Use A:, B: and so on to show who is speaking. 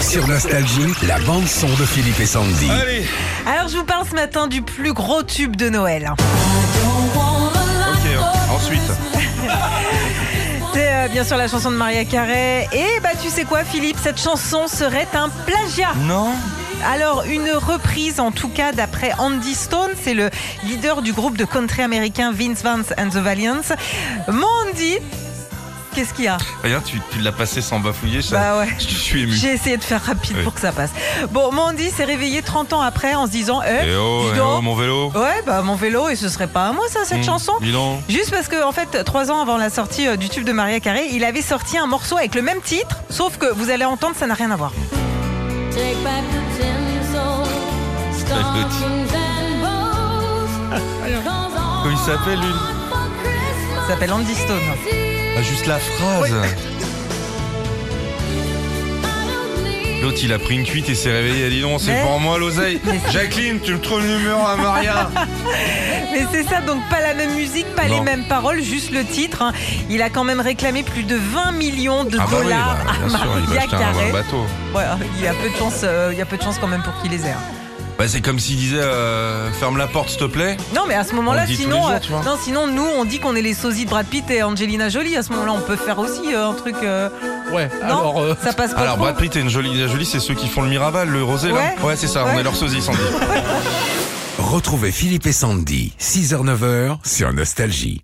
A: Sur Nostalgie, la bande-son de Philippe et Sandy.
B: Allez,
C: Alors je vous parle ce matin du plus gros tube de Noël.
B: ok, ensuite.
C: C'est euh, bien sûr la chanson de Maria Carey. Et bah tu sais quoi Philippe, cette chanson serait un plagiat.
B: Non
C: Alors une reprise en tout cas d'après Andy Stone, c'est le leader du groupe de country américain Vince Vance and the Valiants. Mon Andy, qu'est-ce qu'il y a
B: Regarde, tu, tu l'as passé sans bafouiller, ça.
C: Bah ouais.
B: Je suis ému.
C: J'ai essayé de faire rapide
B: Oui.
C: pour que ça passe. Bon, Mandy s'est réveillé 30 ans après en se disant Eh,
B: Eh oh,
C: dis
B: eh oh,
C: donc,
B: mon vélo.
C: Ouais, bah mon vélo, et ce serait pas à moi ça, cette
B: Hmm,
C: chanson
B: Dis donc.
C: Juste parce que, en fait, trois ans avant la sortie euh, du tube de Maria Carey, il avait sorti un morceau avec le même titre, sauf que vous allez entendre, ça n'a rien à voir.
D: Take back the ten years old
B: doute.
D: stockings and bows. Comes
B: Comment il s'appelle, lui
D: on for Christmas
C: Ça s'appelle Andy Stone. Bah,
B: Ah, Juste la phrase. L'autre, il a pris une cuite et s'est réveillé. Ah, Dis donc, c'est
C: Mais-
B: pour moi l'oseille. Jacqueline, tu me trouves le numéro à Maria.
C: Mais c'est ça, donc pas la même musique, pas
B: Non.
C: les mêmes paroles, juste le titre. hein. Il a quand même réclamé plus de 20 millions de
B: Ah, bah oui,
C: dollars
B: bah, bien sûr, il va
C: à Maria
B: acheter un, un
C: Carey.
B: bateau.
C: Ouais, il y a peu de chance, euh, il y a peu de chance quand même pour qu'il les ait. hein.
B: Bah, c'est comme s'il disait euh, ferme la porte, s'il te plaît.
C: Non, mais à ce moment-là,
B: On le dit tous
C: sinon,
B: les jours,
C: euh,
B: tu vois.
C: non, sinon, nous, on dit qu'on est les sosies de Brad Pitt et Angelina Jolie. À ce moment-là, on peut faire aussi euh, un truc. euh,
E: Ouais,
C: non,
E: alors. euh,
C: ça passe pas.
B: Alors,
C: trop.
B: Brad Pitt et une jolie, la jolie, c'est ceux qui font le Miraval, le rosé, là.
C: Ouais.
B: Ouais, c'est ça, on
C: Ouais.
B: est leur sosie, sans
A: Retrouvez Philippe et Sandy, 6h-9h, sur Nostalgie.